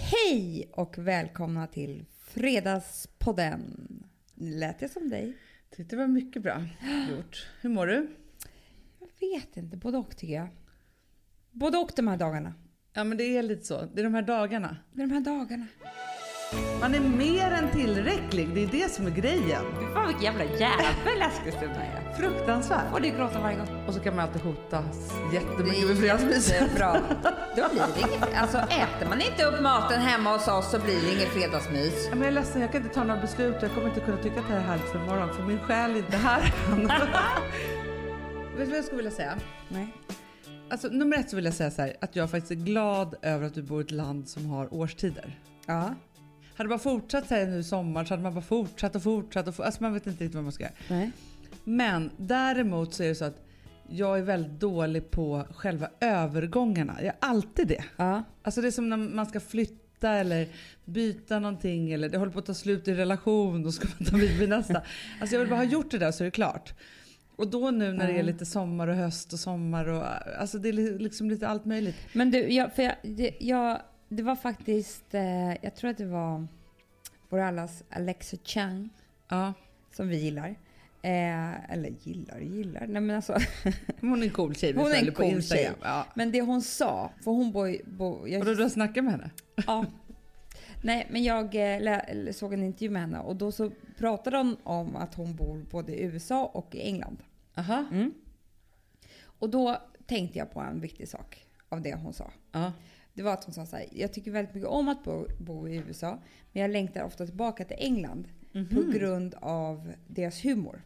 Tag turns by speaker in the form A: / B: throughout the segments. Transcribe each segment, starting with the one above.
A: Hej och välkomna till Fredagspodden. Lät jag som dig?
B: Det var mycket bra gjort. Hur mår du?
A: Jag vet inte, både och tycker jag. Både och de här dagarna.
B: Ja, men det är lite så. Det är de här dagarna.
A: Det är De här dagarna.
B: Man är mer än tillräcklig. Det är det som är grejen.
A: Fy fan vilken jävla jävel Eskilstuna är.
B: Fruktansvärt.
A: Och du gråta varje gång.
B: Och så kan man alltid hotas
A: Det
B: jättemycket med
A: är
B: fredagsmyset.
A: jättebra. Då blir det inget, alltså äter man inte upp maten hemma hos oss så blir det inget fredagsmys.
B: Ja, Men jag är ledsen, jag kan inte ta några beslut. Jag kommer inte kunna tycka att det här är härligt för imorgon. För min själ är inte här än. Vet du vad jag skulle vilja säga?
A: Nej.
B: Alltså, nummer ett så vill jag säga så här, att jag faktiskt är glad över att du bor i ett land som har årstider.
A: Ja.
B: Hade man fortsatt så här nu i sommar så hade man bara fortsatt och fortsatt och fortsatt. Alltså man vet inte riktigt vad man ska göra.
A: Nej.
B: Men däremot så är det så att jag är väldigt dålig på själva övergångarna. Jag är alltid det.
A: Ja.
B: Alltså det är som när man ska flytta eller byta någonting eller det håller på att ta slut i en relation och ska man ta vid vid nästa. Alltså jag vill bara ha gjort det där så är det klart. Och då nu när det är lite sommar och höst och sommar och alltså det är li- liksom lite allt möjligt.
A: Men du, jag, för jag, det, jag, det var faktiskt, eh, jag tror att det var vår allas Alexa Chang
B: Ja,
A: som vi gillar. Eh, eller gillar och gillar, nej men alltså.
B: hon är en cool tjej vi
A: Hon är en
B: följer på
A: cool
B: Instagram.
A: tjej.
B: Ja.
A: Men det hon sa, för hon bor ju- bo,
B: Och då
A: jag,
B: du har snackat med henne?
A: ja. Nej men jag eh, lä, eller såg en intervju med henne och då så pratade hon om att hon bor både i USA och i England.
B: Aha. Mm.
A: Och då tänkte jag på en viktig sak av det hon sa.
B: Ja.
A: Det var att hon sa så här, jag tycker väldigt mycket om att bo, bo i USA, men jag längtar ofta tillbaka till England på grund av deras humor.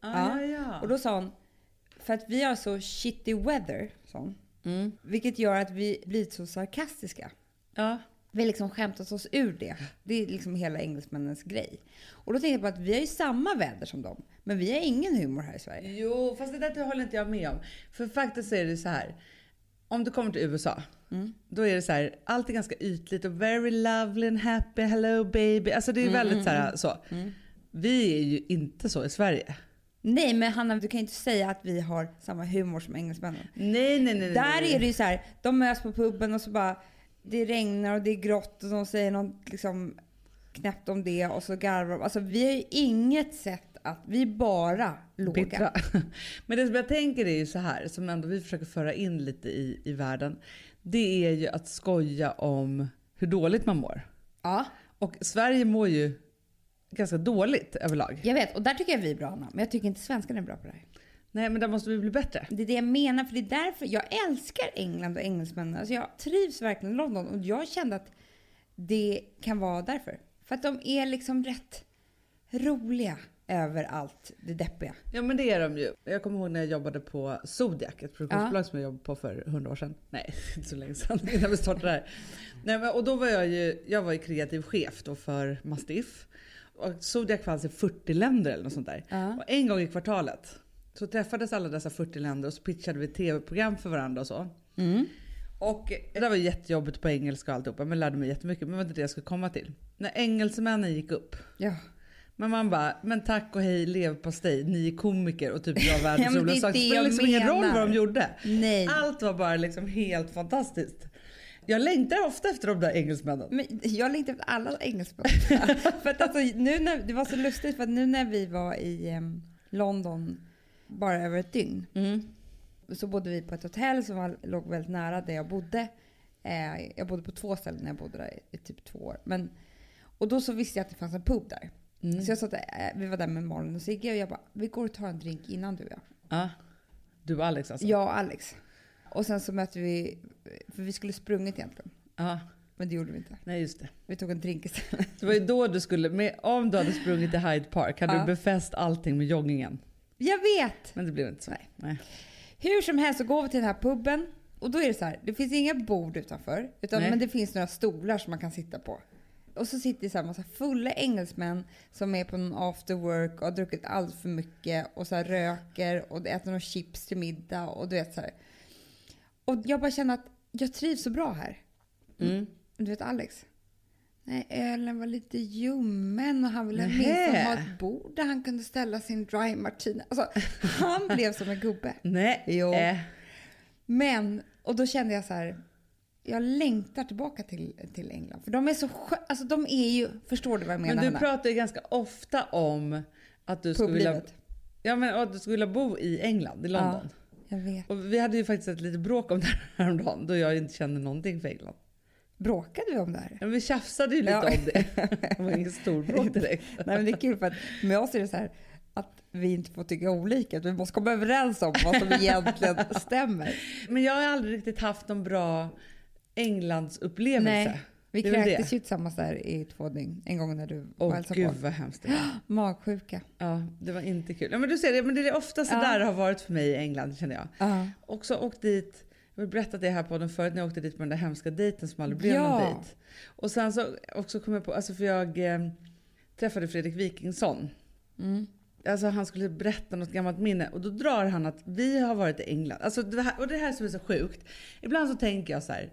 B: Ah, ja,
A: Och
B: ja.
A: då sa hon, för att vi har så shitty weather, sa hon,
B: Mm.
A: vilket gör att vi blir så sarkastiska.
B: ja.
A: Vi har liksom skämtat oss ur det. Det är liksom hela engelsmännens grej. Och då tänkte jag på att vi har ju samma väder som dem, men vi har ingen humor här i Sverige.
B: Jo, fast det där håller inte jag med om. För faktiskt är det så här. Om du kommer till USA, då är det så här, allt är ganska ytligt och very lovely and happy, hello baby. Alltså det är väldigt så här så. Vi är ju inte så i Sverige.
A: Nej men Hanna, du kan ju inte säga att vi har samma humor som engelsmännen.
B: Nej, nej, nej. nej,
A: Där
B: nej.
A: är det ju så här, de möts på puben och så bara, det regnar och det är grått och de säger något liksom knäppt om det och så garvar de. Alltså vi har ju inget sätt att, vi är bara låga.
B: Bittra. Men det som jag tänker är ju så här, som ändå vi försöker föra in lite i, i världen. Det är ju att skoja om hur dåligt man mår.
A: Ja,
B: Och Sverige mår ju ganska dåligt överlag.
A: jag vet. Och där tycker jag vi är bra Anna, men jag tycker inte svenskarna är bra på det här.
B: Nej, men där måste vi bli bättre.
A: Det är det jag menar, för det är därför jag älskar England och engelsmännen. Alltså jag trivs verkligen i London och jag kände att det kan vara därför. För att de är liksom rätt roliga över allt det deppiga.
B: Ja men det är de ju. Jag kommer ihåg när jag jobbade på Zodiac, ett produktionsbolag som jag jobbade på för hundra år sedan. Nej, inte så länge sedan innan vi startade det här. Nej, men, och då var jag ju, jag var ju kreativ chef då för Mastiff. Och Zodiac fanns i 40 länder eller något sånt där.
A: Ja.
B: Och en gång i kvartalet så träffades alla dessa 40 länder och så pitchade vi tv-program för varandra och så.
A: Mm.
B: Och det där var jättejobbigt på engelska och alltihopa men lärde mig jättemycket. Men det var inte det jag skulle komma till. När engelsmännen gick upp
A: Ja.
B: men man bara, men tack och hej leverpastej, ni är komiker och typ jag
A: Ja,
B: är världens
A: men det är
B: roligaste sak. Det
A: det
B: spelar
A: jag
B: liksom ingen roll vad de
A: menar.
B: gjorde.
A: Nej.
B: Allt var bara liksom helt fantastiskt. Jag längtar ofta efter de där engelsmännen.
A: Men jag längtar efter alla engelskspråk. för att alltså, nu när, det var så lustigt för att nu när vi var i em, London bara över ett dygn så bodde vi på ett hotell som var, låg väldigt nära där jag bodde. Eh, jag bodde på två ställen när jag bodde där i typ två år. Men, och då så visste jag att det fanns en pub där.
B: Mm.
A: Så jag sa att eh, vi var där med Malin och Sigge och jag bara, vi går och tar en drink innan du och jag.
B: Ja. Ah. Du och Alex alltså?
A: Jag och Alex. Och sen så mötte vi, för vi skulle sprungit egentligen.
B: Ja.
A: Men det gjorde vi inte.
B: Ah, Nej just det.
A: Vi tog en drink istället.
B: Det var ju då du skulle, med, om du hade sprungit till Hyde Park hade
A: Ja.
B: du befäst allting med joggingen.
A: Jag vet!
B: Men det blev inte så.
A: Nej.
B: Nej.
A: Hur som helst så går vi till den här puben och då är det så här, det finns inga bord utanför utan,
B: Nej.
A: men det finns några stolar som man kan sitta på. Och så sitter det så här massa fulla engelsmän som är på någon after work och har druckit allt för mycket och så här röker och äter några chips till middag och du vet så här. Och jag bara känner att jag trivs så bra här.
B: Mm.
A: Du vet Alex? Nej, ölen var lite ljummen och han ville
B: Nähä.
A: åtminstone ha ett bord där han kunde ställa sin dry martini. Alltså, han blev som en gubbe.
B: Nej.
A: Jo.
B: Eh.
A: Men, och då kände jag så här. jag längtar tillbaka till, till England. För de är så skö- alltså de är ju, förstår du vad jag menar?
B: Men du
A: Hanna?
B: pratar ju ganska ofta om att du skulle vilja,
A: Publivet.
B: ja, men, att du skulle vilja bo i England, i London.
A: Jag vet.
B: Och vi hade ju faktiskt ett litet bråk om det här häromdagen då jag inte kände någonting för England.
A: Bråkade vi om det här?
B: Ja, Men vi tjafsade ju lite
A: Ja.
B: om det. Det var ingen stor bråk direkt.
A: Nej men det är kul för att med oss är det så här att vi inte får tycka olika. utan Vi måste komma överens om vad som egentligen stämmer.
B: Men jag har aldrig riktigt haft någon bra Englandsupplevelse.
A: Nej, Vi
B: Det är väl det.
A: kräktes ju tillsammans där i två dygn. En gång när du var och
B: Åh
A: hälsade
B: gud
A: på.
B: vad hemskt det var.
A: Magsjuka.
B: Ja, det var inte kul. Ja, men du ser, det, men det är ofta så
A: Ja.
B: där det har varit för mig i England känner jag.
A: Ja.
B: Också åkt dit, jag har berättat det här på den förut när jag åkte dit på den där hemska dejten som aldrig blev
A: Ja.
B: någon dejt. Och sen så också kom jag på, alltså för jag eh, träffade Fredrik Wikingsson.
A: Mm.
B: Alltså han skulle berätta något gammalt minne och då drar han att vi har varit i England. Alltså det här, och det här som är så sjukt. Ibland så tänker jag så här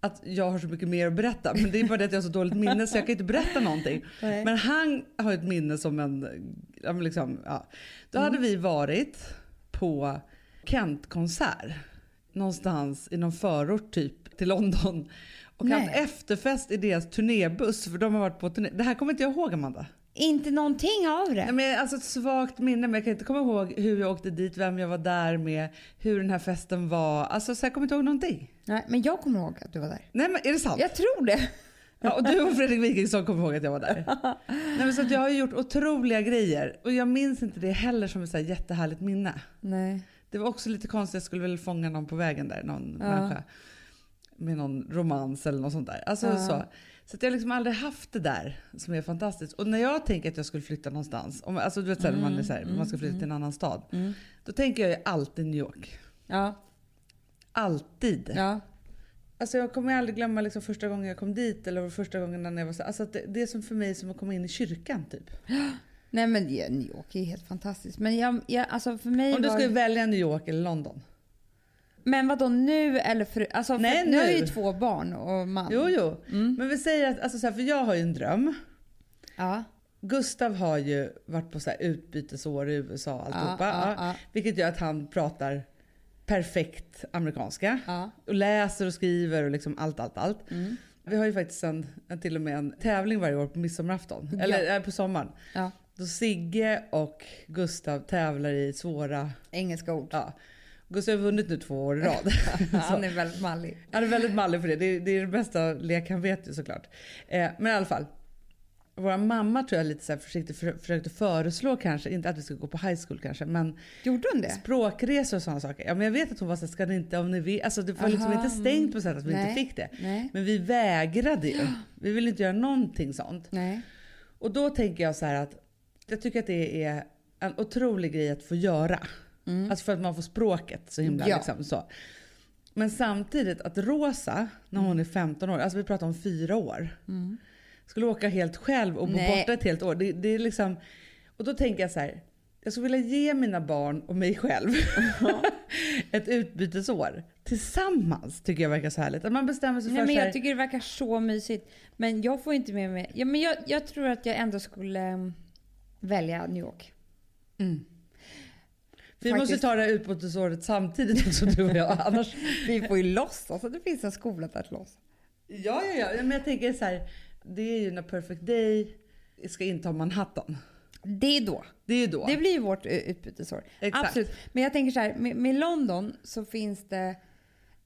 B: att jag har så mycket mer att berätta men det är bara det att jag har så dåligt minne så jag kan inte berätta någonting.
A: Nej.
B: Men han har ett minne som en... ja, men Liksom, ja. Då hade vi varit på Kent-konsert. Någonstans i någon förort typ till London. Och
A: Nej.
B: haft efterfest i deras turnébuss. För de har varit på turné. Det här kommer inte jag ihåg Amanda.
A: Inte någonting av
B: Nej,
A: det.
B: men alltså ett svagt minne men jag kan inte komma ihåg hur jag åkte dit, vem jag var där med, hur den här festen var. Alltså så jag kommer inte ihåg någonting.
A: Nej, men jag kommer ihåg att du var där.
B: Nej men är det sant?
A: Jag tror det.
B: Ja, och du och Fredrik Wikingsson kommer ihåg att jag var där. Nej, men så att jag har ju gjort otroliga grejer och jag minns inte det heller som ett så här jättehärligt minne.
A: Nej.
B: Det var också lite konstigt, jag skulle väl fånga någon på vägen där, någon
A: Ja.
B: människa. Med någon romans eller något sånt där. Alltså,
A: Ja.
B: så. så att jag har liksom aldrig haft det där som är fantastiskt. Och när jag tänker att jag skulle flytta någonstans, om, alltså du vet såhär, när man, är så här, man ska flytta till en annan stad.
A: Mm.
B: Då tänker jag ju alltid New York.
A: Ja.
B: Alltid.
A: ja.
B: Alltså jag kommer ju aldrig glömma liksom första gången jag kom dit eller första gången när jag var så Alltså att det, det är som för mig som att komma in i kyrkan typ.
A: Nej men det- New York är ju helt fantastiskt. Men jag, jag, alltså för mig
B: Om du
A: var...
B: skulle välja New York eller London.
A: Men vadå nu eller för... Alltså för
B: Nej,
A: nu har jag
B: nu.
A: ju två barn och man.
B: Jo, jo.
A: Mm.
B: Men vi säger att, alltså så här, för jag har ju en dröm.
A: Ja.
B: Gustav har ju varit på så här utbytesår i USA och alltihopa.
A: ja,
B: ja.
A: ja.
B: Vilket gör att han pratar perfekt amerikanska.
A: Ja. Mm.
B: Och läser och skriver och liksom allt, allt, allt. Vi har ju faktiskt en, en, till och med en tävling varje år på midsommarafton.
A: Ja.
B: Eller eh, på sommaren.
A: ja.
B: Då Sigge och Gustav tävlar i svåra...
A: Engelska ord.
B: Ja. Gustav har vunnit nu två år i rad.
A: Han är väldigt mallig.
B: Han är väldigt mallig för det. Det är, det är det bästa lek han vet ju såklart. Eh, men i alla fall. Vår mamma tror jag lite så här försiktigt för, försökte föreslå kanske, inte att vi skulle gå på high school kanske, men
A: Gjorde hon det?
B: språkresor och sådana saker. Ja, men jag vet att hon var såhär, ska ni inte, om ni vill. Alltså det var liksom
A: Aha, mm.
B: inte stängt på sätt att vi
A: Nej.
B: inte fick det.
A: Nej.
B: Men vi vägrade ju. Vi ville inte göra någonting sånt.
A: Nej.
B: Och då tänker jag så här att jag tycker att det är en otrolig grej att få göra. Alltså för att man får språket så himla
A: Mm. Ja.
B: liksom så. Men samtidigt att Rosa, när
A: Mm.
B: hon är 15 år, alltså vi pratar om fyra år. Skulle åka helt själv och bo
A: Nej.
B: borta ett helt år. Det, det är liksom, och då tänker jag så här. Jag skulle vilja ge mina barn och mig själv ett utbytesår. Tillsammans tycker jag verkar så härligt. Att man bestämmer sig
A: Nej,
B: för
A: men
B: så här,
A: jag tycker det verkar så mysigt. Men jag får inte med mig... Ja, men jag, jag tror att jag ändå skulle mm, välja New York.
B: Mm. Vi måste
A: Faktiskt.
B: ta det här utbytesåret samtidigt också du och jag. Annars...
A: Vi får ju låtsas att det finns en skola där att låtsas.
B: Ja, ja, ja. Men jag tänker så här. Det är ju när Perfect Day ska inta Manhattan.
A: Det är då.
B: Det är ju då.
A: Det blir ju vårt eh, utbytesår.
B: Exakt.
A: Absolut. Men jag tänker så här, med, med London så finns det...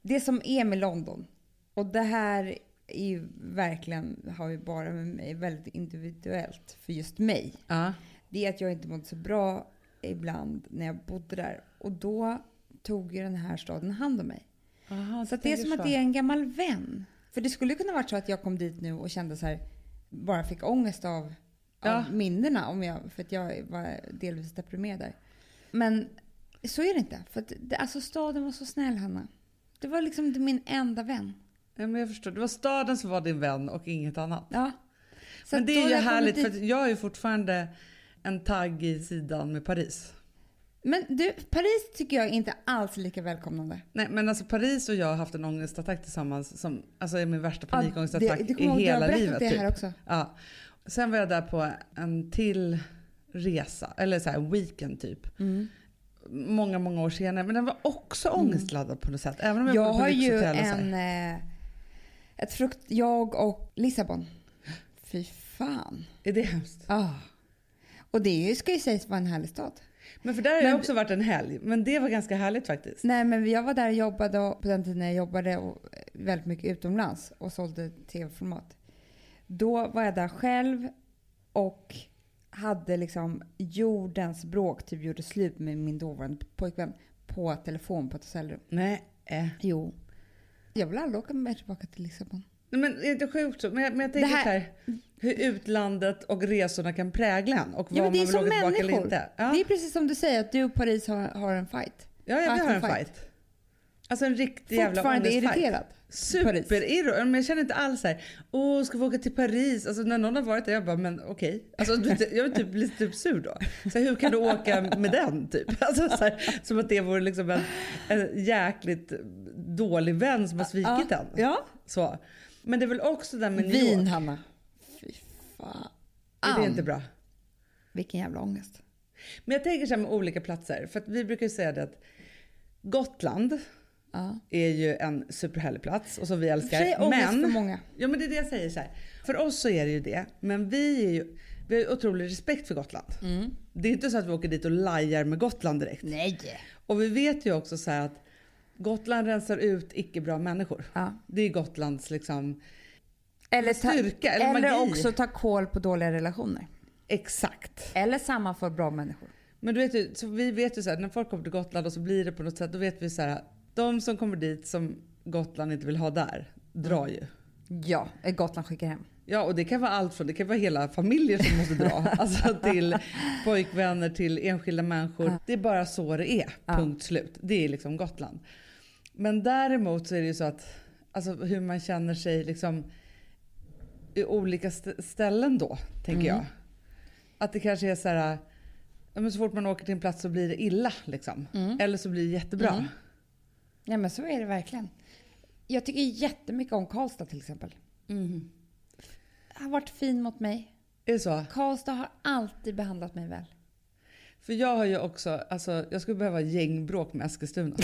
A: Det som är med London, och det här är ju verkligen, har ju bara med mig, väldigt individuellt för just mig.
B: Ja.
A: Det är att jag inte mådde så bra ibland när jag bodde där. Och då tog ju den här staden hand om mig.
B: Aha,
A: Så att det är som att det är en gammal vän. För det skulle kunna varit så att jag kom dit nu och kände så här, bara fick ångest av, av
B: Ja.
A: minnena. Om jag, för att jag var delvis deprimerad där. Men så är det inte. För att det, alltså staden var så snäll Hanna. Det var liksom min enda vän.
B: Ja, men jag förstår. Det var staden som var din vän och inget annat.
A: Ja. Så
B: men
A: att
B: det
A: då
B: är ju
A: när jag kommer
B: härligt
A: dit-
B: för att jag är ju fortfarande en tagg i sidan med Paris.
A: Men du, Paris tycker jag inte alls är lika välkomnande.
B: Nej men alltså Paris och jag har haft en ångestattack tillsammans som alltså är min värsta
A: Ja,
B: panikångestattack
A: det- det kommer
B: i
A: jag ihåg, du har
B: hela
A: berättat
B: livet.
A: det
B: typ.
A: här också.
B: Ja. Sen var jag där på en till resa, eller så här, en weekend typ. Många, många år senare. Men den var också ångestladdad på något sätt. Även om jag,
A: Mm. Jag
B: bodde på
A: har ju
B: lyxhotell och så här.
A: en eh, Ett frukt... Jag och Lissabon. Fy fan.
B: Är det hemskt?
A: Ah. Och det är ju- ska ju sägas vara en härlig stad.
B: Men för där har
A: Men-
B: jag också varit en helg. Men det var ganska härligt faktiskt.
A: Nej men jag var där och jobbade och på den tiden jag jobbade och eh, väldigt mycket utomlands och sålde tv-format. Då var jag där själv och hade liksom jordens bråk, typ gjorde slut med min dåvarande pojkvän på telefon på ett hotellrum.
B: Nej. eh.
A: Jo. Jag vill aldrig åka med tillbaka till Lissabon.
B: Nej, men är det sjukt så? Men jag, men jag tänker
A: Det här-
B: så här, hur utlandet och resorna kan prägla en och vad
A: Ja, men det är
B: man vill
A: som
B: åka tillbaka eller
A: människor.
B: inte. Ja,
A: Det är precis som du säger att du och Paris har, har en fight.
B: ja, ja vi
A: Fight
B: har en
A: and
B: fight.
A: fight.
B: Alltså en riktig jävla
A: Fortfarande
B: ångestfight.
A: irriterad.
B: Superirro. Men jag känner inte alls så här, åh ska vi åka till Paris? Alltså när någon har varit där, jag bara, men okej. Alltså, du vet, jag är typ, blir typ sur då. Så här, hur kan du åka med den typ? Alltså, så här, som att det vore liksom en, en jäkligt dålig vän som har svikit
A: Ja.
B: en.
A: Ja.
B: Så. Men det är väl också det där med New York.
A: Vin Hanna. Fy fan.
B: Är det inte bra?
A: Vilken jävla ångest.
B: Men jag tänker så här med olika platser. För att vi brukar ju säga det att Gotland
A: Ja.
B: är ju en superhärlig plats och som vi
A: Tjej,
B: älskar.
A: ångest för
B: Men,
A: många.
B: ja, men det är det jag säger så här. För oss så är det ju det. Men vi, är ju, vi har ju otrolig respekt för Gotland.
A: Mm.
B: Det är inte så att vi åker dit och lajar med Gotland direkt.
A: Nej.
B: Och vi vet ju också så här att Gotland rensar ut icke bra människor.
A: Ja.
B: Det är Gotlands liksom
A: Eller, ta,
B: styrka eller,
A: eller,
B: magi.
A: också ta koll på dåliga relationer.
B: Exakt.
A: Eller samma för bra människor.
B: Men du vet ju, så vi vet ju så här, när folk kommer till Gotland och så blir det på något sätt, då vet vi så här, de som kommer dit som Gotland inte vill ha där, drar ju.
A: Ja, eh, Gotland skickar hem.
B: Ja, och det kan vara allt från, det kan vara hela familjer som måste dra, alltså till pojkvänner, till enskilda människor. Det är bara så det är,
A: Ja.
B: punkt slut. Det är liksom Gotland. Men däremot så är det ju så att, alltså hur man känner sig liksom i olika st- ställen då, tänker jag. Att det kanske är så här, ja, men så fort man åker till en plats så blir det illa liksom. Eller så blir det jättebra.
A: Nej men så är det verkligen. Jag tycker jättemycket om Karlstad till exempel. Har varit fin mot mig.
B: Är det så?
A: Karlstad har alltid behandlat mig väl.
B: För jag har ju också, alltså jag skulle behöva gängbråk med Eskilstuna.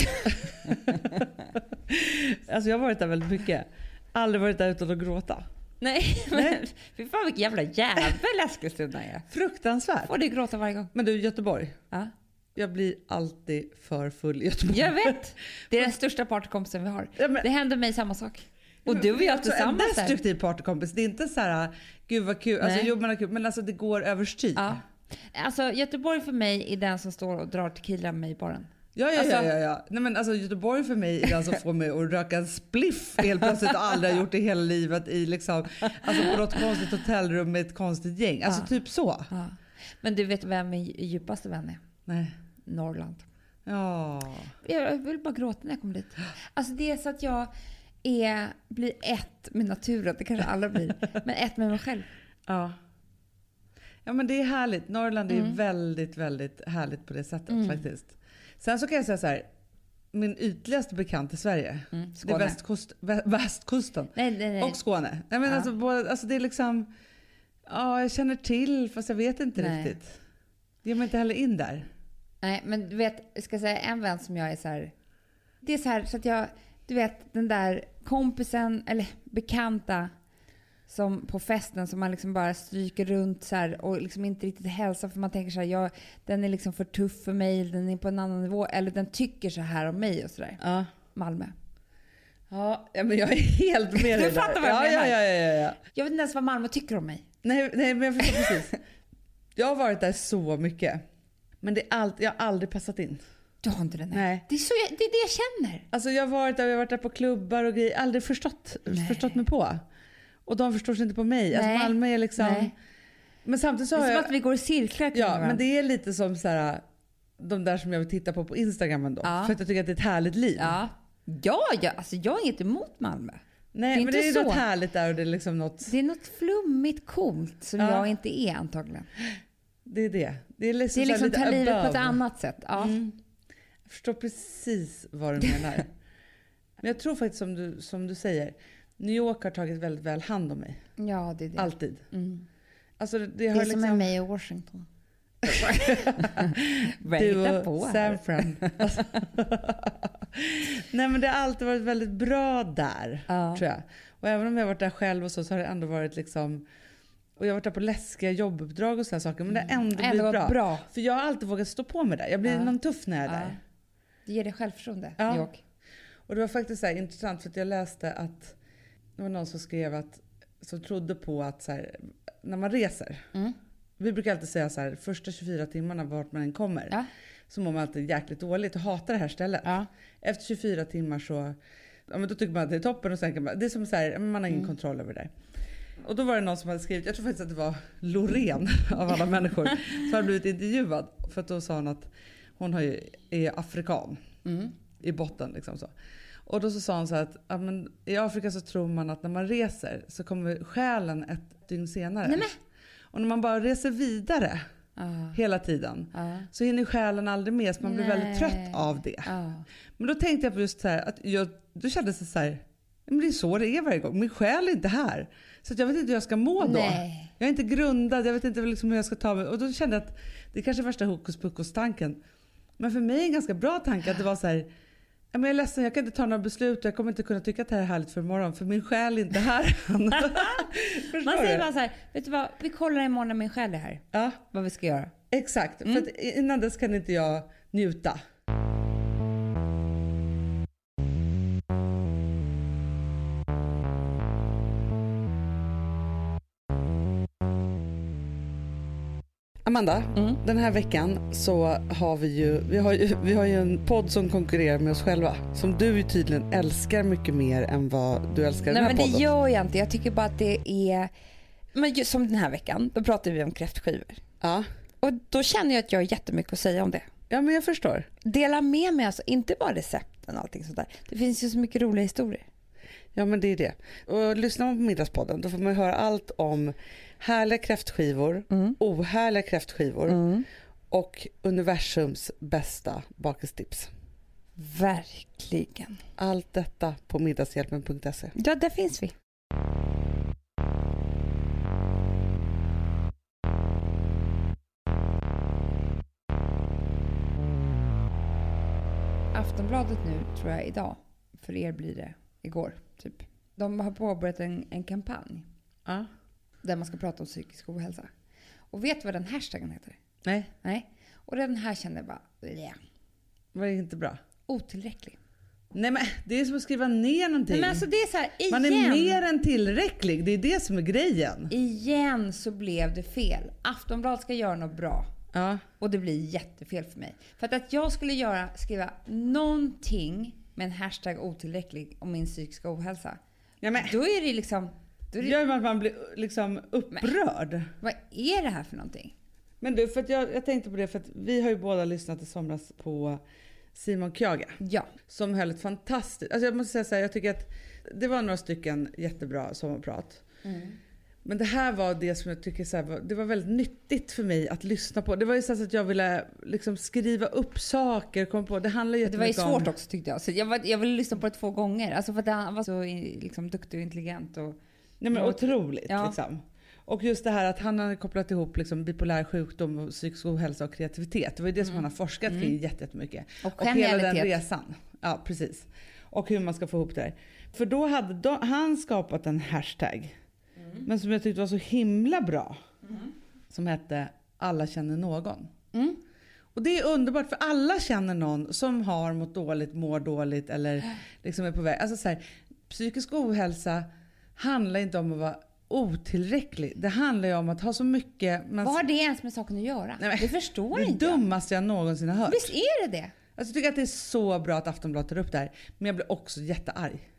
B: alltså jag har varit där väldigt mycket. Aldrig varit där utan att gråta.
A: Nej, men fy fan vilken jävla jävel Eskilstuna är.
B: Fruktansvärt.
A: Får du gråta varje gång.
B: Men du Göteborg.
A: Ja.
B: Jag blir alltid för full i Göteborg.
A: Jag vet. Det är den största partykompisen vi har.
B: Ja, men-
A: Det händer mig samma sak. Och
B: Men
A: du och
B: det är
A: jag
B: också
A: tillsammans
B: En
A: där.
B: destruktiv partykompis. Det är inte så här, gud vad kul. Alltså
A: Nej.
B: jo man har kul men alltså det går överstyr.
A: Ja. Alltså Göteborg för mig är den som står och drar tequila med mig i baren.
B: Ja, ja,
A: Alltså-
B: ja, ja, ja. Nej, men alltså, Göteborg för mig är den som får mig att röka en spliff helt plötsligt och aldrig har gjort det hela livet i liksom, alltså, på något konstigt hotellrum med ett konstigt gäng. Alltså
A: Ja.
B: typ så.
A: Ja. Men du vet vem min djupaste vän är?
B: Nej.
A: Norrland.
B: Ja.
A: Jag vill bara gråta när jag kommer dit. Alltså det är så att jag är, blir ett med naturen, det kanske alla blir, men ett med mig själv.
B: ja. Ja men det är härligt. Norrland
A: Mm.
B: är väldigt, väldigt härligt på det sättet faktiskt. Sen så kan jag säga så här. Min ytligaste bekant i Sverige. det är
A: Mm, Skåne.
B: västkust, vä- västkusten.
A: Nej, nej, nej.
B: Och Skåne. Nej, men
A: Ja.
B: alltså, båda, alltså det är liksom... Ja, jag känner till fast jag vet inte
A: Nej.
B: riktigt. Det ger mig inte heller in där.
A: Nej, men du vet, jag ska säga en vän som jag är så här. Det är så här så att jag, du vet den där kompisen eller bekanta som på festen som man liksom bara stryker runt så här och liksom inte riktigt hälsar för man tänker så här, jag, den är liksom för tuff för mig, eller den är på en annan nivå eller den tycker så här om mig och sådär.
B: Ja.
A: Malmö.
B: Ja, men jag är helt med dig
A: Du
B: där.
A: fattar vad jag
B: ja,
A: menar.
B: Ja, ja, ja, ja.
A: Jag vet inte ens vad Malmö tycker om mig.
B: Nej, nej, men jag förstår precis. Jag har varit där så mycket. Men det är allt, jag har aldrig passat in.
A: Du har inte den här.
B: Nej.
A: Det är, så jag, det är det jag känner.
B: Alltså jag har varit där, jag har varit där på klubbar och grejer. Aldrig förstått,
A: Nej.
B: förstått mig på. Och de förstår sig inte på mig. Alltså
A: Nej.
B: Malmö är liksom...
A: Nej.
B: Men samtidigt
A: Det
B: så har
A: är som
B: jag...
A: att vi går i cirklar kring
B: Ja,
A: varandra.
B: men det är lite som så här, de där som jag vill titta på på Instagram ändå.
A: Ja.
B: För att jag tycker att det är ett härligt liv.
A: Ja. Ja, ja, alltså jag har inget emot Malmö.
B: Nej,
A: Det är
B: men det
A: inte
B: är
A: så.
B: något härligt där och det är liksom något...
A: Det är något flummigt coolt som
B: Ja.
A: jag inte är antagligen.
B: Det är det. Det är liksom,
A: Det är
B: så här
A: liksom
B: lite
A: ta livet på
B: above. Mm.
A: ett annat sätt. Ja.
B: Jag förstår precis vad du menar. men jag tror faktiskt som du, som du säger, New York har tagit väldigt väl hand om mig.
A: ja, det är det.
B: Alltid.
A: Mm.
B: Alltså det, det
A: Det
B: har
A: är som med
B: liksom...
A: mig i Washington. Vad jag
B: Du
A: hittar
B: och
A: på
B: San
A: här.
B: Fran. Alltså. Nej men det har alltid varit väldigt bra där.
A: Ja.
B: tror jag. Och även om jag har varit där själv och så, så har det ändå varit liksom... Och jag har varit där på läskiga jobbuppdrag och sådana saker. Men det har ändå blivit
A: Mm. Ändå
B: bra.
A: bra. bra.
B: För jag har alltid vågat stå på mig där. Jag blir
A: Ja.
B: någon tuff när jag är
A: Ja.
B: där.
A: Det ger dig självförtroende,
B: Ja.
A: New York.
B: Och det var faktiskt så här intressant för att jag läste att det var någon som skrev att, som trodde på att så här, när man reser.
A: Mm.
B: Vi brukar alltid säga så här, första 24 timmarna vart man än kommer
A: Ja.
B: så mår man alltid jäkligt dåligt och hatar det här stället.
A: Ja.
B: Efter 24 timmar så, ja men då tycker man att det är toppen och sen kan man, det är som så här, man har ingen
A: Mm.
B: kontroll över det. Och då var det någon som hade skrivit, jag tror faktiskt att det var Loreen av alla människor, som hade blivit intervjuad. För att då sa hon att hon har ju, är afrikan
A: Mm.
B: i botten. Liksom så. Och då så sa han så här att ja, men, i Afrika så tror man att när man reser så kommer själen ett dygn senare.
A: Nej, men.
B: Och när man bara reser vidare
A: Ja.
B: hela tiden
A: Ja.
B: så hinner själen aldrig med så man blir väldigt
A: Nej.
B: trött av det.
A: Ja.
B: Men då tänkte jag på just så här att jag, då kändes det så här, ja, men det är så det är varje gång. Min själ är inte här. Så att jag vet inte hur jag ska må då.
A: Nej.
B: Jag är inte grundad, jag vet inte liksom hur jag ska ta mig. Och då kände jag att det kanske är värsta hokus pokus tanken. Men för mig är en ganska bra tanke att det var så här. "Ja, men Jag är ledsen, jag kan inte ta några beslut och jag kommer inte kunna tycka att det här är härligt för imorgon för min själ är inte här än. Förstår
A: Man säger
B: du?
A: bara så här, vet du vad, vi kollar imorgon när min själ är här.
B: Ja,
A: Vad vi ska göra.
B: exakt.
A: Mm.
B: För att innan dess kan inte jag njuta. Amanda,
A: Mm.
B: den här veckan så har vi ju, vi har ju, vi har ju en podd som konkurrerar med oss själva. Som du ju tydligen älskar mycket mer än vad du älskar
A: Nej
B: den här
A: men det
B: podden.
A: gör jag inte. Jag tycker bara att det är... Men ju- som den här veckan, då pratade vi om kräftskivor.
B: Ja.
A: Och då känner jag att jag har jättemycket att säga om det.
B: ja, men jag förstår.
A: Dela med mig alltså, inte bara recepten och allting sånt där. Det finns ju så mycket roliga historier.
B: Ja men det är det. Och lyssnar man på Middagspodden då får man ju höra allt om härliga kräftskivor, ohärliga kräftskivor och universums bästa bakestips.
A: Verkligen.
B: Allt detta på middagshjälpen.se.
A: Ja, där finns vi. Aftonbladet nu, tror jag, idag. För er blir det igår, typ. De har påbörjat en, en kampanj
B: Ja.
A: där man ska prata om psykisk ohälsa. Och vet du vad den hashtaggen heter?
B: Nej,
A: Nej. Och den här kände jag bara, yeah.
B: det var inte bra.
A: otillräcklig.
B: Nej men det är som att skriva ner någonting.
A: Men alltså det är så här, igen.
B: man är mer än tillräcklig, det är det som är grejen.
A: Igen så blev det fel. Aftonbladet ska göra något bra.
B: Ja.
A: Och det blir jättefel för mig. För att, att jag skulle göra, skriva någonting med en hashtag otillräcklig om min psykiska ohälsa.
B: Ja, men,
A: Då är det liksom... Då är
B: det
A: det,
B: gör ju att man blir liksom upprörd.
A: Vad är det här för någonting?
B: Men du, för att jag, jag tänkte på det för att vi har ju båda lyssnat i somras på Simon Kjaga.
A: Ja.
B: som höll ett fantastiskt... Alltså jag måste säga så här, jag tycker att det var några stycken jättebra sommarprat. Men det här var det som jag tycker så här, var- det var väldigt nyttigt för mig att lyssna på. Det var ju så här så att jag ville liksom skriva upp saker, kom på. Det handlar ju
A: Det var ju
B: jättemycket om-
A: svårt också tyckte jag. Så jag, var, jag ville lyssna på det två gånger. Alltså för att han var så i- liksom, duktig och intelligent. Och,
B: Nej men
A: Ja.
B: otroligt
A: Ja.
B: liksom. Och just det här att han har kopplat ihop liksom bipolär sjukdom, och psykisk ohälsa och kreativitet. Det var ju det som han har forskat kring jätte- jättemycket.
A: Mm. Och
B: och hela den
A: genialitet.
B: resan. Ja precis. Och hur man ska få ihop det där. För då hade de, han skapat en hashtag.
A: Mm.
B: Men som jag tyckte var så himla bra. Som hette Alla känner någon.
A: Mm.
B: Och det är underbart för alla känner någon som har mått dåligt, mår dåligt eller liksom är på väg. Alltså så här, psykisk ohälsa handlar inte om att vara otillräcklig. Det handlar ju om att ha så mycket... Man,
A: Vad har det ens med saken att göra?
B: Nej, men-
A: det förstår
B: det
A: inte jag.
B: dummaste jag någonsin har hört.
A: Visst är det det?
B: Alltså, jag tycker att det är så bra att Aftonbladet tar upp det här. Men jag blir också jättearg.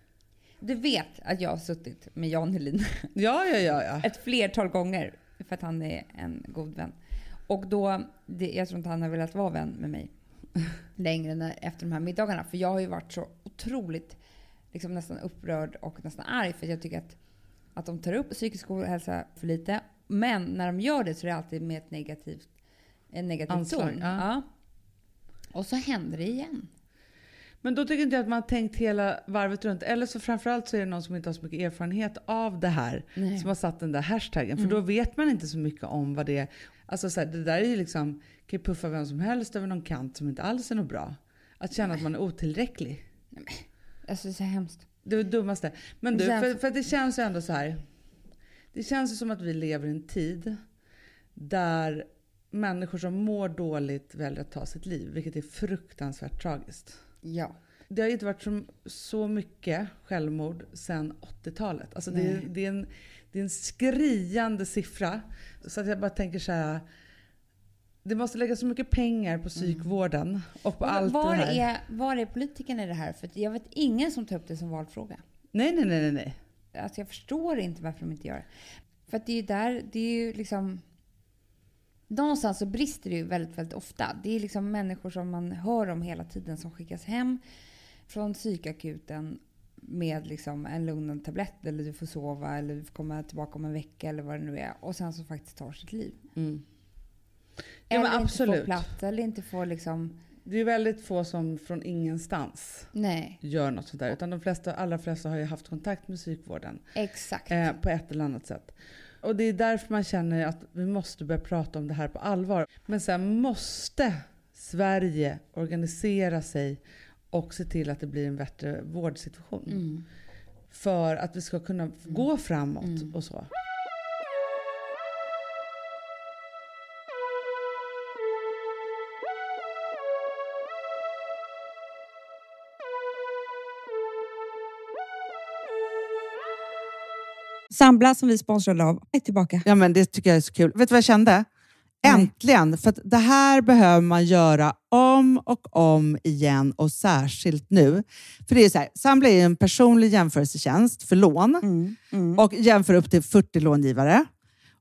A: Du vet att jag har suttit med Jan Helin
B: Ja, ja, ja. ja.
A: ett flertal gånger för att han är en god vän. Och då, det, jag tror inte han har velat vara vän med mig längre när, efter de här middagarna. För jag har ju varit så otroligt liksom nästan upprörd och nästan arg för att jag tycker att, att de tar upp psykisk ohälsa för lite. Men när de gör det så är det alltid med ett negativt, en negativ
B: Anslag,
A: ton.
B: ja.
A: Och så händer det igen.
B: Men då tycker inte jag att man har tänkt hela varvet runt. Eller så framförallt så är det någon som inte har så mycket erfarenhet av det här.
A: Nej.
B: Som har satt den där hashtaggen. För då vet man inte så mycket om vad det är. Alltså så här, det där är ju liksom, kan ju puffa vem som helst över någon kant som inte alls är något bra. Att känna att man är otillräcklig.
A: Alltså det är så hemskt.
B: Det var det dummaste. Men du,
A: Jämf-
B: för, för att det känns ju ändå så här. Det känns ju som att vi lever i en tid där människor som mår dåligt väljer att ta sitt liv, vilket är fruktansvärt tragiskt.
A: Ja.
B: Det har ju inte varit så, så mycket självmord sedan 80-talet. Alltså det, är,
A: Nej.
B: det, är en, det är en skriande siffra. Så att jag bara tänker så här. Det måste läggas så mycket pengar på psykvården och på
A: Mm. Men
B: allt
A: var,
B: det här.
A: är, var är politikerna i det här? För att jag vet ingen som tar upp det som valfråga.
B: Nej, nej, nej, nej, nej.
A: Alltså jag förstår inte varför de inte gör det. För att det är ju där, det är ju liksom... Någonstans så brister det ju väldigt, väldigt ofta. Det är liksom människor som man hör om hela tiden som skickas hem från psykakuten med liksom en lugnande tablett eller du får sova eller du får komma tillbaka om en vecka eller vad det nu är. Och sen så faktiskt tar sitt liv.
B: Mm. Ja,
A: Eller
B: men
A: inte
B: absolut.
A: får plats eller inte får liksom...
B: Det är ju väldigt få som från ingenstans
A: Nej,
B: gör något sånt där. Utan de flesta, allra flesta har ju haft kontakt med psykvården
A: exakt.
B: eh, på ett eller annat sätt. Och det är därför man känner att vi måste börja prata om det här på allvar. Men sen måste Sverige organisera sig och se till att det blir en bättre vårdsituation.
A: Mm.
B: För att vi ska kunna f- gå framåt
A: Mm.
B: och så.
A: Sambla som vi sponsrade av är tillbaka.
C: Ja, men det tycker jag är så kul. Vet du vad jag kände?
A: Nej.
C: Äntligen! För att det här behöver man göra om och om igen och särskilt nu. För det är ju så här, Sambla är ju en personlig jämförelsetjänst för lån
B: Mm,
C: och jämför upp till 40 långivare.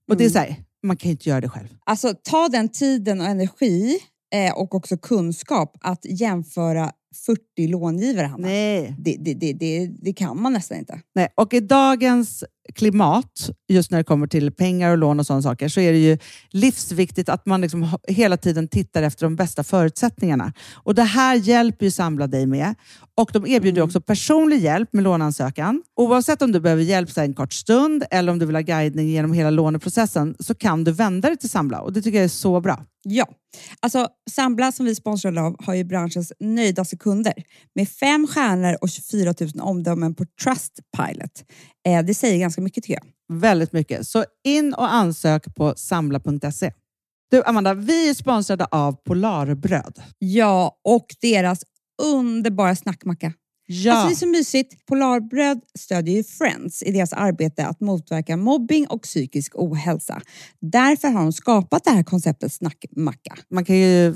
C: Och det är så här, man kan ju inte göra det själv.
D: Alltså ta den tiden och energi eh, och också kunskap att jämföra 40 långivare, Hanna.
C: Nej.
D: Det, det, det, det, det kan man nästan inte.
C: Nej. Och i dagens klimat, just när det kommer till pengar och lån och sådana saker, så är det ju livsviktigt att man liksom h- hela tiden tittar efter de bästa förutsättningarna. Och Det här hjälper ju Samla dig med. Och De erbjuder också personlig hjälp med låneansökan. Oavsett om du behöver hjälp så här en kort stund eller om du vill ha guidning genom hela låneprocessen så kan du vända dig till Samla och det tycker jag är så bra.
D: Ja, alltså Sambla som vi sponsrar av har ju branschens nöjdaste kunder med fem stjärnor och 24 000 omdömen på Trustpilot. Eh, det säger ganska mycket tycker jag.
C: Väldigt mycket. Så in och ansök på samla.se. Du Amanda, vi är sponsrade av Polarbröd.
D: Ja, och deras underbara snackmacka.
C: Ja.
D: Alltså det är så mysigt. Polarbröd stödjer ju Friends i deras arbete att motverka mobbing och psykisk ohälsa. Därför har de skapat det här konceptet snackmacka.
C: man kan ju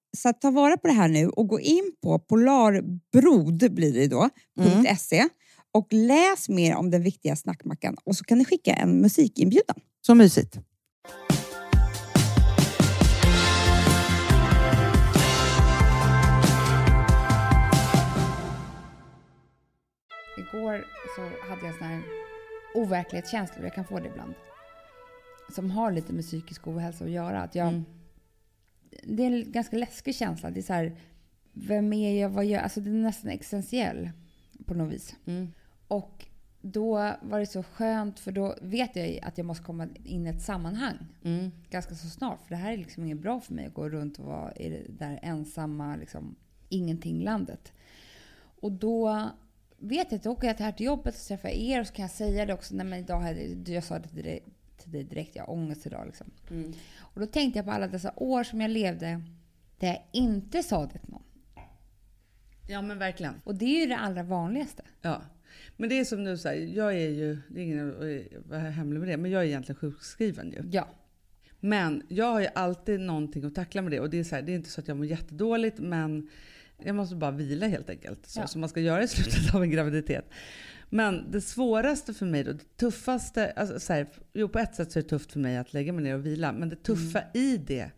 D: så att ta vara på det här nu och gå in på polarbrod blir det då, .se och läs mer om den viktiga snackmackan och så kan ni skicka en musikinbjudan.
C: Så mysigt.
A: Igår så hade jag såna här overklighetskänslor, jag kan få det ibland. Som har lite med psykisk ohälsa att göra. Att jag,
D: Mm.
A: Det är en ganska läskig känsla. Det är så här, vem är jag, vad gör jag? Alltså det är nästan existentiell på något vis.
D: Mm.
A: Och då var det så skönt för då vet jag ju att jag måste komma in i ett sammanhang
B: Mm.
A: ganska så snart. För det här är liksom inget bra för mig att gå runt och vara i det där ensamma, liksom, ingenting-landet. Och då vet jag att då åker jag till här till jobbet och träffar er och så kan jag säga det också. Nej men idag hade jag sa det till dig, till dig direkt, jag har ångest idag liksom.
B: Mm.
A: Och då tänkte jag på alla dessa år som jag levde där jag inte sa det till någon.
B: Ja men verkligen.
A: Och det är ju det allra vanligaste.
B: Ja. Men det är som nu, så här, jag är ju, det är ingen att vara hemlig med det, men jag är egentligen sjukskriven ju.
A: Ja.
B: Men jag har ju alltid någonting att tackla med det och det är, så här, det är inte så att jag mår jättedåligt men jag måste bara vila helt enkelt. Så,
A: Ja.
B: Som man ska göra i slutet av en graviditet. Men det svåraste för mig då, det tuffaste, alltså, så här, jo på ett sätt så är det tufft för mig att lägga mig ner och vila men det tuffa i det,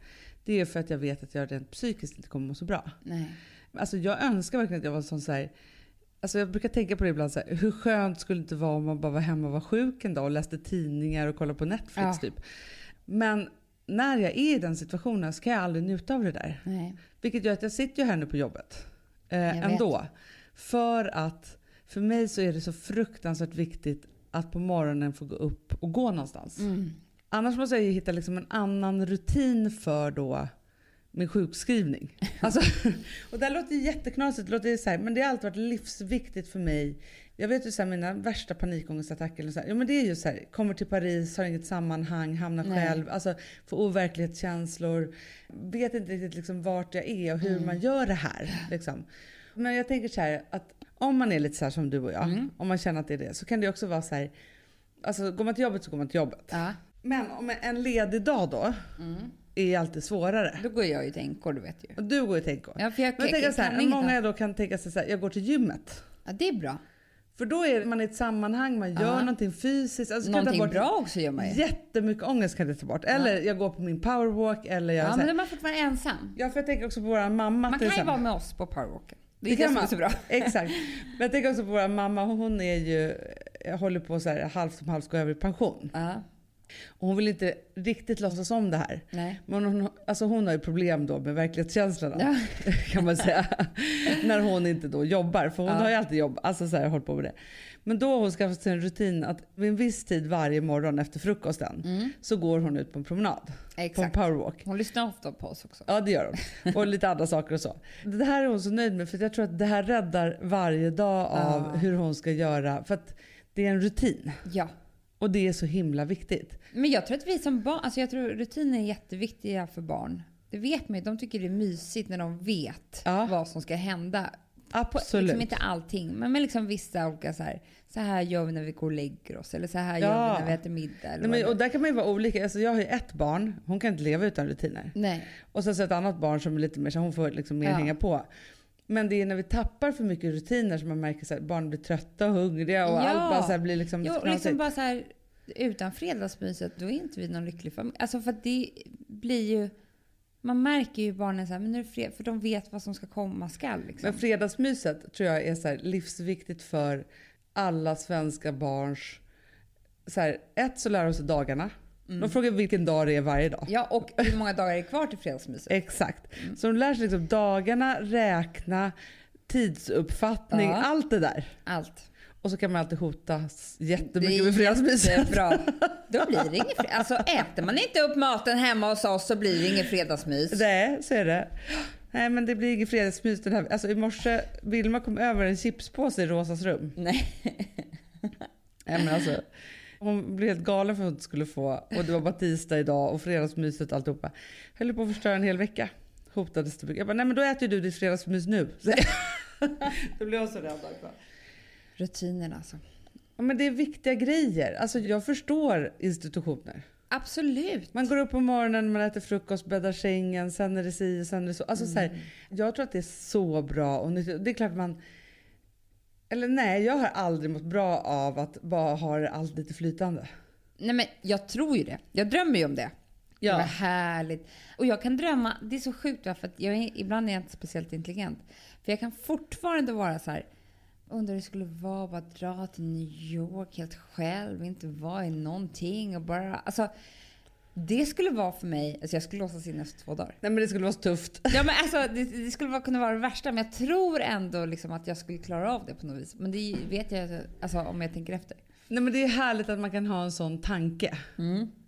B: det är för att jag vet att jag rent psykiskt inte kommer må så bra.
A: Nej.
B: Alltså jag önskar verkligen att jag var en sån så här. Alltså jag brukar tänka på det ibland, så här, hur skönt skulle det inte vara om man bara var hemma och var sjuk en dag och läste tidningar och kollade på Netflix
A: Ja.
B: typ. Men när jag är i den situationen så kan jag aldrig njuta av det där.
A: Nej.
B: Vilket gör att jag sitter ju här nu på jobbet. Eh,
A: Jag vet.
B: ändå. För att för mig så är det så fruktansvärt viktigt att på morgonen få gå upp och gå
A: Mm.
B: någonstans. Annars måste jag ju hitta liksom en annan rutin för då min sjukskrivning. Alltså, och det här låter ju jätteknasigt, det låter ju så här, men det har alltid varit livsviktigt för mig. Jag vet ju så här, mina värsta panikångestattacker, eller så här, ja, men det är ju så här, kommer till Paris, har inget sammanhang, hamnar
A: Nej.
B: själv, alltså, får overklighetskänslor. Vet inte riktigt liksom vart jag är och hur man gör det här. Liksom. Men jag tänker så här, att om man är lite så här som du och jag, om man känner att det är det, så kan det också vara så här, alltså går man till jobbet så går man till jobbet.
A: Ja.
B: Men om en ledig dag då
A: Mm.
B: är alltid svårare.
A: Då går jag ju till NK, du vet ju.
B: Och du går ju tänk
A: Ja, för jag,
B: Men jag tänker så
A: kan
B: här,
A: inget
B: många
A: annat.
B: då kan tänka sig så här, jag går till gymmet.
A: ja, det är bra.
B: För då är man i ett sammanhang, man gör
A: Ja.
B: någonting fysiskt. Alltså, kan
A: Någonting
B: ta bort
A: bra också gör man ju.
B: Jättemycket ångest kan det ta bort. Eller jag går på min powerwalk. Eller jag,
A: Ja,
B: så
A: men
B: här.
A: då man fått vara ensam.
B: ja, för jag tänker också på vår mamma.
A: Man
B: till
A: kan ju
B: exempel.
A: vara med oss på powerwalken. Det, är det som är så bra.
B: Exakt. Men jag tänker också på vår mamma. Hon är ju, eh, håller på så här, halvt om halvt gå över i pension.
A: Ja,
B: Och hon vill inte riktigt låtsas om det här.
A: nej.
B: Men hon, alltså hon har ju problem då med verklighetskänslan
A: Ja.
B: kan man säga. När hon inte då jobbar. För hon
A: Ja.
B: har ju alltid jobb, alltså så här, hållit på med det. Men då har hon skaffat sig en rutin att vid en viss tid varje morgon efter frukosten så går hon ut på en promenad.
A: Mm. Exakt.
B: På en powerwalk.
A: Hon lyssnar ofta på oss också.
B: Ja det gör hon. Och lite andra saker och så. Det här är hon så nöjd med för jag tror att det här räddar varje dag av
A: Ja.
B: hur hon ska göra. För att det är en rutin.
A: Ja.
B: Och det är så himla viktigt.
A: Men jag tror att vi som barn, alltså jag tror rutiner är jätteviktiga för barn. Det vet man ju. De tycker det är mysigt när de vet
B: Ja.
A: vad som ska hända. På,
B: Absolut.
A: liksom inte allting, men med liksom vissa olika så här, så här gör vi när vi går och lägger oss eller så här gör
B: Ja.
A: vi när vi äter middag. Eller
B: Nej, men,
A: vad
B: och
A: det-
B: där kan man ju vara olika. Alltså, jag har ju ett barn, hon kan inte leva utan rutiner.
A: Nej.
B: Och sen så ett annat barn som är lite mer så hon får liksom mer
A: Ja.
B: hänga på. Men det är när vi tappar för mycket rutiner som man märker att barn blir trötta och hungriga och
A: Ja.
B: allt bara så här blir liksom
A: Jo,
B: lite
A: och liksom
B: knasigt.
A: bara så här, utan fredagsmyset då är inte vi någon lycklig familj. Alltså för att det blir ju, man märker ju barnen så här, men nu är det fred, för de vet vad som ska komma skall. Liksom.
B: Men fredagsmyset tror jag är så här livsviktigt för alla svenska barns... Så här, ett så lär de sig dagarna.
A: Mm.
B: De frågar vilken dag det är varje dag.
A: Ja, och hur många dagar är kvar till fredagsmyset?
B: Exakt.
A: Mm.
B: Så de lär sig liksom dagarna, räkna, tidsuppfattning,
A: Ja.
B: allt det där.
A: Allt.
B: Och så kan man alltid hotas
A: Det
B: jättemycket
A: är
B: med fredagsmyset.
A: jättebra. Då blir det inget fred- Alltså äter man inte upp maten hemma hos oss så blir det inget fredagsmys.
B: Nej, så är det. Nej men det blir inget fredagsmys den här Alltså i morse, Vilma kom över en chipspåse i Rosas rum.
A: Nej.
B: Nej men alltså. Hon blev helt galen för att hon inte skulle få. Och det var bara tisdag idag och fredagsmyset och alltihopa. Höll ju på att förstöra en hel vecka. Hotades det mycket. Jag bara, nej men då äter ju du ditt fredagsmys nu. då blev jag så rädd också.
A: Rutinen alltså.
B: Ja, men det är viktiga grejer. Alltså jag förstår institutioner.
A: Absolut.
B: Man går upp på morgonen, man äter frukost, bäddar sängen, sen är det si och sen är det så. Alltså, så
A: Mm.
B: här, jag tror att det är så bra och nyttigt. Det är klart man... Eller nej, jag har aldrig mått bra av att bara ha allt lite flytande.
A: Nej men jag tror ju det. Jag drömmer ju om det.
B: Ja.
A: Det var härligt. Och jag kan drömma, det är så sjukt va, för att jag är, ibland är jag inte speciellt intelligent. För jag kan fortfarande vara så här. Undrar hur det skulle vara att bara dra till New York helt själv, inte vara i någonting och bara... Alltså, det skulle vara för mig, alltså jag skulle låsas in efter två dagar.
B: Nej men det skulle vara så tufft.
A: Ja, men alltså, det, det skulle vara, kunna vara det värsta, men jag tror ändå liksom att jag skulle klara av det på något vis. Men det är ju- vet jag alltså, om jag tänker efter.
B: Nej men det är härligt att man kan ha en sån tanke.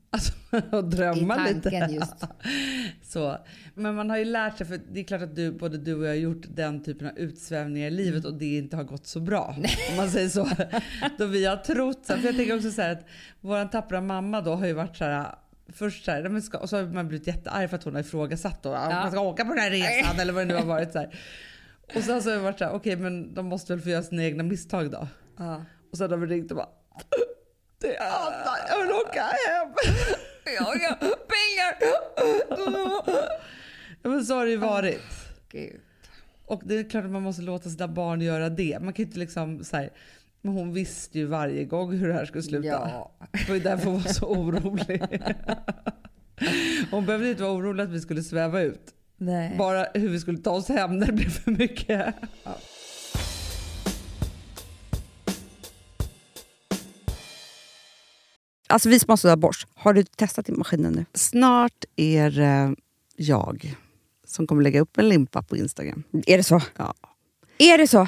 B: Alltså och drömma
A: Mm. I
B: lite.
A: tanken just.
B: Så. Men man har ju lärt sig, för det är klart att du, både du och jag har gjort den typen av utsvävningar i livet och det inte har gått så bra. Om man säger så. Då vi har trott. så här, För jag tänker också så här att våran tappra mamma då har ju varit så här. Först så här, "Nej, men ska, och så har man blivit jättearg för att hon har ifrågasatt då. "Ah, Man ska åka på den här resan eller vad det nu har varit. Så här. Och sen så har jag varit så här, okej men de måste väl få göra sina egna misstag då.
A: Ja.
B: Och sen har vi ringt och bara det är Anna, jag vill åka hem.
A: Ja, ja. Pengar!
B: Ja, Men så har det ju varit.
A: Gud.
B: Och det är klart att man måste låta sina barn göra det. Man kan ju inte liksom så här, men hon visste ju varje gång hur det här skulle sluta.
A: Ja.
B: Det var ju därför hon var så orolig. Hon behövde inte vara orolig att vi skulle sväva ut.
A: Nej.
B: Bara hur vi skulle ta oss hem när det blev för mycket.
D: Alltså vi som har sådär borst, har du testat i maskinen nu?
C: Snart är eh, jag som kommer lägga upp en limpa på Instagram.
D: Är det så?
C: Ja.
D: Är det så?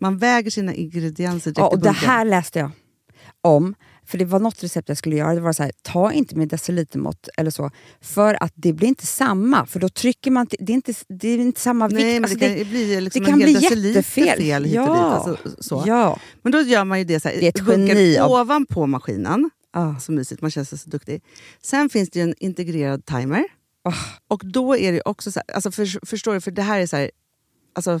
C: man väger sina ingredienser direkt
D: Ja, och
C: i
D: det
C: bunken.
D: här läste jag om. För det var något recept jag skulle göra. Det var så här, ta inte med decilitermått eller så. För att det blir inte samma. För då trycker man... till- Det är inte, det är inte samma vikt.
C: Nej, men
D: Alltså,
C: det kan ju bli liksom
D: det kan
C: en hel
D: bli
C: deciliter
D: jättefel.
C: fel hit och dit.
D: Ja.
C: Alltså, så.
D: Ja.
C: Men då gör man ju det så här,
D: Det är ett
C: bunkar
D: geni av-
C: ovanpå maskinen.
D: Ah.
C: Så mysigt, man känns så duktig. Sen finns det ju en integrerad timer.
D: Ah.
C: Och då är det ju också så här, alltså för, förstår du, för det här är så här, alltså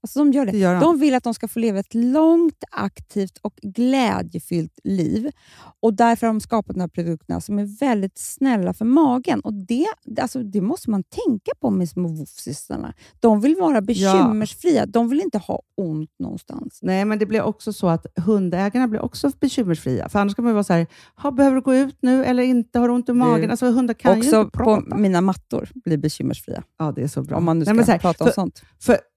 D: Alltså de gör det.
C: Det gör de.
D: De vill att de ska få leva ett långt, aktivt och glädjefyllt liv. Och Därför har de skapat de här produkterna som är väldigt snälla för magen. Och Det, alltså, det måste man tänka på med små woofsystarna. De vill vara bekymmersfria. De vill inte ha ont någonstans.
C: Nej, men det blir också så att hundägarna blir också bekymmersfria. För annars kan man ju vara så här, "Ha, behöver du gå ut nu eller inte? Har du ont i magen? Alltså hundar kan ju
D: Också
C: inte prata.
D: på mina mattor blir bekymmersfria.
C: Ja, det är så bra.
D: Om man nu ska
C: Nej, men så här,
D: prata om
C: för-
D: sånt.
C: För,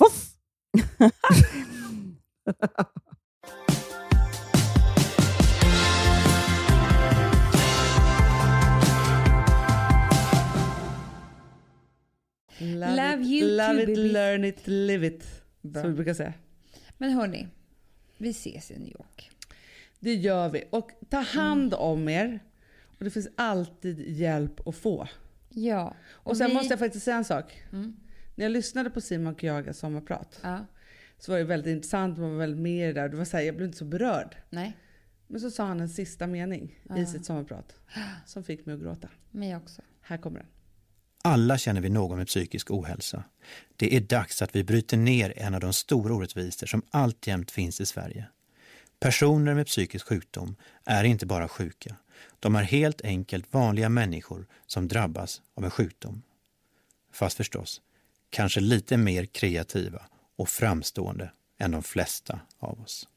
C: Voff!
B: Love,
A: Love
B: it,
A: you
B: love
A: too,
B: it,
A: baby.
B: learn it, live it. Som vi brukar säga.
A: Men hörni, vi ses i New York.
B: Det gör vi. Och ta hand om er. Och det finns alltid hjälp att få.
A: Ja.
B: Och, Mm. sen
A: vi-
B: måste jag faktiskt säga en sak. När jag lyssnade på Simon Kyagas sommarprat
A: Ja,
B: så var det väldigt intressant. Man var väldigt med i det där. Det var så här, jag blev inte så berörd.
A: nej,
B: Men så sa han en sista mening i sitt sommarprat som fick mig att gråta.
A: mig också.
B: Här kommer den.
E: Alla känner vi någon med psykisk ohälsa. Det är dags att vi bryter ner en av de stora orättvisor som alltjämt finns i Sverige. Personer med psykisk sjukdom är inte bara sjuka. De är helt enkelt vanliga människor som drabbas av en sjukdom. Fast förstås, kanske lite mer kreativa och framstående än de flesta av oss.